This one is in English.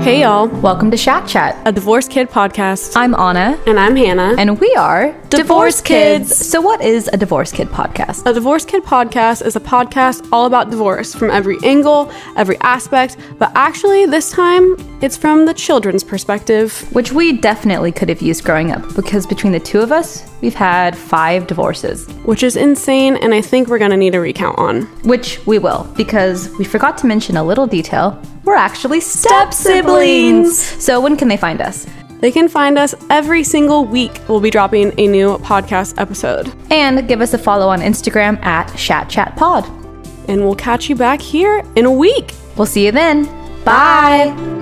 Hey y'all, Welcome to Shack Chat. a Divorce Kid podcast. I'm Anna, And I'm Hannah. and we are Divorce, Kids. So, what is a Divorce Kid podcast? a Divorce Kid podcast is a podcast all about divorce from every angle, every aspect, but actually, this time it's from the children's perspective. Which we definitely could have used growing up because between the two of us, we've had five divorces, Which is insane, and I think we're gonna need a recount on. which we will because we forgot to mention a little detail. We're actually step siblings. So, when can they find us? They can find us every single week. We'll be dropping a new podcast episode. And give us a follow on Instagram at Shat Chat Pod. And we'll catch you back here in a week. We'll see you then. Bye.